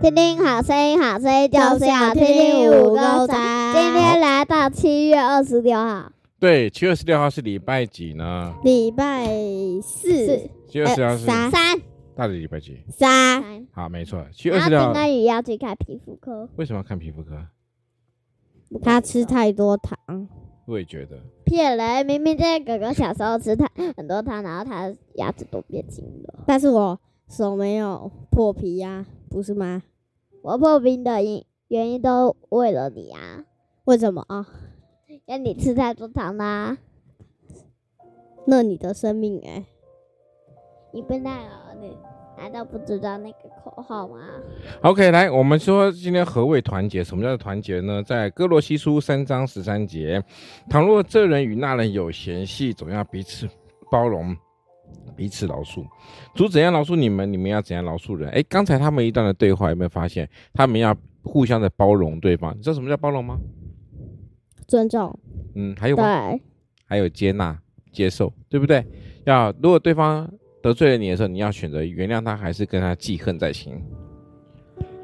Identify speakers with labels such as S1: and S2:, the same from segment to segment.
S1: 听听好声音，好声音就是要听听五个仔。今天来到七月二十六号，
S2: 对，七月十六号是礼拜几呢？
S3: 礼拜四
S1: 四
S2: 七月十六号是
S3: 三
S1: 呃三
S2: 到底礼拜几？
S3: 三，
S1: 三。
S2: 好，没错，七月二
S1: 然
S2: 十
S1: 后
S2: 六
S1: 丁
S2: 号
S1: 跟雨要去看皮肤科，
S2: 为什么要看皮肤科？
S3: 他吃太多糖，
S2: 我也觉得，
S1: 骗人！明明这个哥哥小时候吃糖很多糖，然后他牙齿都变青了。
S3: 但是我手没有破皮呀、不是吗？
S1: 我破冰的因原因都为了你啊，
S3: 为什么啊？
S1: 因为你吃太多糖啦、
S3: 那你的生命哎、
S1: 你笨蛋哦，你难道不知道那个口号吗？
S2: OK，来，我们说今天何谓团结？什么叫团结呢？在哥罗西书三章十三节，倘若这人与那人有嫌隙，总要彼此包容，彼此饶恕。主怎样饶恕你们，你们要怎样饶恕人。诶，刚才他们一段的对话，有没有发现他们要互相的包容对方？你知道什么叫包容吗？
S3: 尊重，
S2: 嗯，还有吗？
S1: 对，
S2: 还有接纳、接受，对不对？要如果对方得罪了你的时候，你要选择原谅他，还是跟他记恨在心？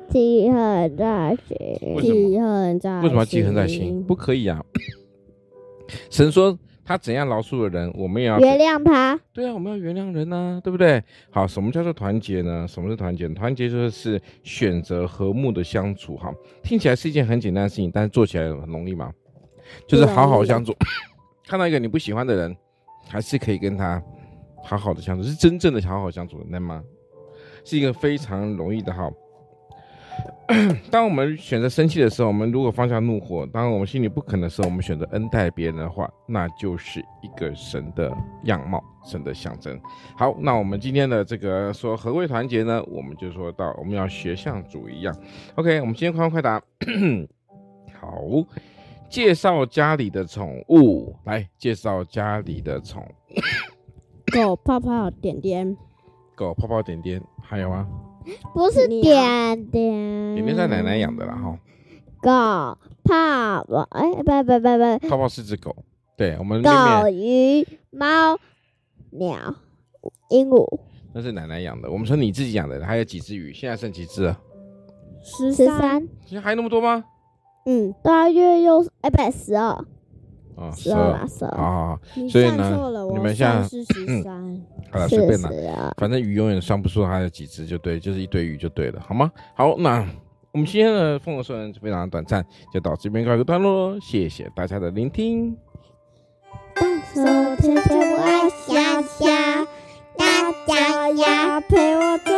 S1: 记恨在心。
S2: 为什么
S3: 记恨在
S2: 为什么要记恨在心？不可以啊！ 神说他怎样饶恕了人，我们也要
S1: 原谅他，
S2: 对啊，我们要原谅人呐、对不对？好，什么叫做团结呢？什么是团结？团结就是选择和睦的相处。哈，听起来是一件很简单的事情，但是做起来很容易吗？就是好好相处， 看到一个你不喜欢的人，还是可以跟他好好的相处，是真正的好好相处，那吗？是一个非常容易的哈。当我们选择生气的时候，我们如果放下怒火；当我们心里不肯的时候，我们选择恩待别人的话，那就是一个神的样貌，神的象征。好，那我们今天的这个说何谓团结呢？我们就说到我们要学像主一样。OK，我们今天快问快答。嗯好，介绍家里的宠物，来介绍家里的宠物
S3: 狗泡泡点点，
S2: 狗泡泡点点，还有啊，
S1: 不是
S3: 你
S1: 点点。
S2: 点点是奶奶养的啦哈，
S1: 狗泡泡，哎，不不不不，
S2: 泡泡是只狗。对我们面
S1: 狗、鱼、猫、鸟、鹦鹉，
S2: 那是奶奶养的，我们说你自己养的，还有几只鱼，现在剩几只啊了？
S3: 十
S1: 十，三，
S2: 其实还有那么多吗？
S1: 嗯，大约有哎，不对，十二，
S2: 啊、
S1: 十二啦，。十
S2: 好
S1: 二，
S2: 好好，
S3: 你
S2: 所以
S3: 算
S2: 呢
S3: 错了，
S2: 你
S3: 我
S2: 们像
S3: 算是十三，
S2: 好了，
S1: 是
S2: 随便啦。
S1: 十二。
S2: 反正鱼永远算不出它有几只，就对，就是一堆鱼就对了，好吗？好，那我们今天的《风和说人》非常的短暂，就到这边告一个段落喽。谢谢大家的聆听。
S1: 手牵着我的小小，大脚丫陪我走。